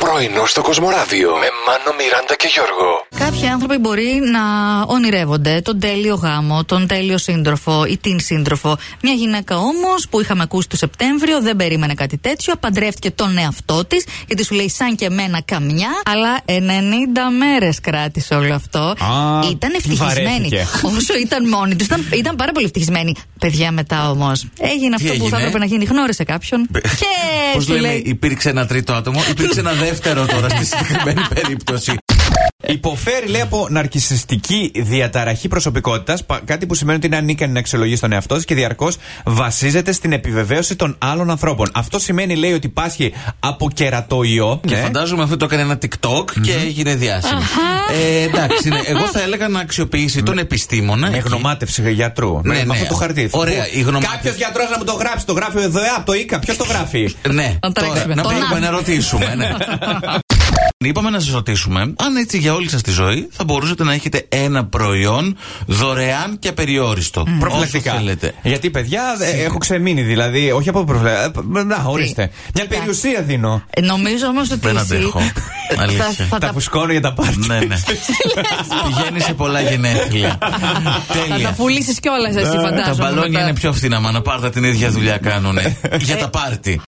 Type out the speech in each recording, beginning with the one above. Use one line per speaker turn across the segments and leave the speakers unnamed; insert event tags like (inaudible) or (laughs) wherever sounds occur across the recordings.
Πρωινό στο Κοσμοράδιο με Μάνο, Μιράντα και Γιώργο.
Κάποιοι άνθρωποι μπορεί να ονειρεύονται τον τέλειο γάμο, τον τέλειο σύντροφο ή την σύντροφο. Μια γυναίκα όμως που είχαμε ακούσει το Σεπτέμβριο δεν περίμενε κάτι τέτοιο. Παντρεύτηκε τον εαυτό της, γιατί σου λέει σαν και εμένα καμιά. Αλλά 90 μέρες κράτησε όλο αυτό.
Α,
ήταν ευτυχισμένη.
βαρέθηκε.
Όσο ήταν μόνη του, ήταν, ήταν πάρα πολύ ευτυχισμένη. Παιδιά μετά όμως. Έγινε αυτό που θα
έγινε?
έπρεπε να γίνει. Γνώρισε κάποιον. και
Πώς
σου
λέμε,
λέει.
υπήρξε ένα τρίτο άτομο, υπήρξε ένα δεύτερο τώρα (laughs) στη συγκεκριμένη περίπτωση.
Υποφέρει, λέει, από ναρκιστική διαταραχή προσωπικότητας. Κάτι που σημαίνει ότι είναι ανίκανη να αξιολογεί τον εαυτό της και διαρκώς βασίζεται στην επιβεβαίωση των άλλων ανθρώπων. Αυτό σημαίνει, λέει, ότι πάσχει από κερατοϊό.
Και
Ναι.
φαντάζομαι αυτό το έκανε ένα TikTok και έγινε διάσημο. Ε, εντάξει, ναι. εγώ θα έλεγα να αξιοποιήσει τον επιστήμονα.
Με
Ναι, εκεί.
γνωμάτευση γιατρού. με,
Ναι,
με
ναι.
αυτό το χαρτί.
Ωραία, η γνωμάτευση.
Κάποιος γιατρός να μου το γράψει. Το γράφει εδώ, ε, απ' το ΙΚΑ. Ποιος το γράφει.
Ναι,
Να
τώρα,
τρέξουμε.
να
Τον
πήγαμε
Άδη.
να ρωτήσουμε. Ναι. (laughs) Είπαμε να σας ρωτήσουμε αν έτσι για όλη σας τη ζωή θα μπορούσατε να έχετε ένα προϊόν δωρεάν και απεριόριστο. Mm.
Προφυλακτικά.
θέλετε.
Γιατί, παιδιά, ε, έχω ξεμείνει. Δηλαδή, όχι από προφυλακτικά. Να, ορίστε. Μια περιουσία δίνω.
Ε, Νομίζω όμως ότι.
Δεν
εσύ
αντέχω.
θα-
Αλήθεια.
Θα
Τα
τα
φουσκώνω για τα πάρτι.
ναι,
(laughs)
ναι. Πηγαίνει σε πολλά γενέθλια.
Θα τα
Τέλεια. Ε,
πουλήσεις κιόλας, εσύ φαντάζομαι.
Τα μπαλόνια
μετά.
είναι πιο φθηνά, μα να πάρτα την ίδια δουλειά κάνουν.
(laughs)
για τα πάρτι.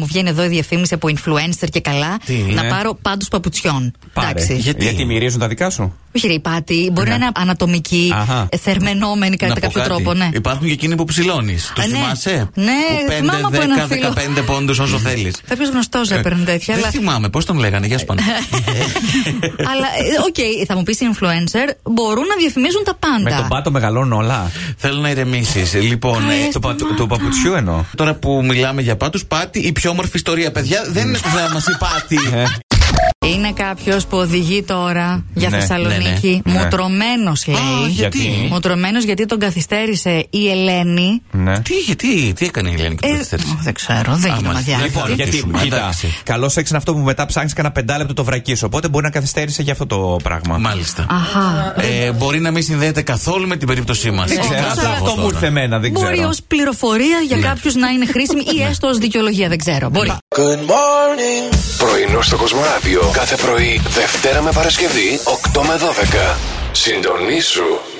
Μου βγαίνει εδώ η διαφήμιση από influencer και καλά.
Τι είναι?
να πάρω πάντου παπουτσιών. Εντάξει.
Γιατί?
Γιατί μυρίζουν τα δικά σου.
Όχι, ρε, η πάτη μπορεί να είναι ανατομική,
Αχα.
ε, θερμενόμενη κατά
Ναι. Να πω
κάποιο
κάτι. Ε,
τρόπο, ναι.
Υπάρχουν και εκείνοι που ψηλώνεις. Του
Α, ναι.
θυμάσαι.
Ναι,
Που
θυμάμαι από ένα φίλο.
5, 10, 15 πόντους
(laughs)
όσο θέλεις.
Κάποιος γνωστός έπαιρνε τέτοια.
ε, Δεν
αλλά,
θυμάμαι, πώς τον λέγανε,
(laughs)
για σπανά.
αλλά ε, οκ, θα μου πεις influencer, μπορούν να διαφημίζουν τα
Με τον
πάντα.
πάτο μεγαλώνουν όλα.
Θέλω να ηρεμήσεις. Λοιπόν, ε,
Του πατου- Του παπουτσιού εννοώ.
τώρα που μιλάμε για πάτους, πάτη η πιο όμορφη ιστορία, παιδιά. Δεν είναι το θέμα μας η
(laughs)
πάτη.
Ε,
Είναι κάποιος που οδηγεί τώρα για
Ναι,
Θεσσαλονίκη.
ναι, ναι. Ναι.
Μουτρωμένο
Α,
λέει.
γιατί.
Μουτρωμένο Ε, γιατί τον καθυστέρησε η Ελένη.
Ναι.
Τι, γιατί, τι έκανε η Ελένη και
Ε,
το καθυστέρησε.
δεν ξέρω, δεν
Α,
γίνομαι
μάλιστα.
αδιάφορη.
Λοιπόν,
Λοιπόν, γιατί
ρωτήσουμε,
κοίτα,
εντάξει.
καλό σεξ είναι αυτό που μετά ψάχνεις κανένα πεντάλεπτο το βρακί σου. Οπότε μπορεί να καθυστέρησε για αυτό το πράγμα.
Μάλιστα.
Αχα.
Ε, μπορεί να μην συνδέεται καθόλου με την περίπτωσή μας.
Δεν ξέρω, αυτό, αυτό μου ήρθε εμένα, δεν
Μπορεί
ξέρω. Ναι.
ως πληροφορία για κάποιους να είναι χρήσιμη ή έστω ως δικαιολογία, δεν ξέρω. Μπορεί.
Πρωινό στο Κοσμοράδιο κάθε πρωί, Δευτέρα με Παρασκευή, 8 με 12. Συντονίσου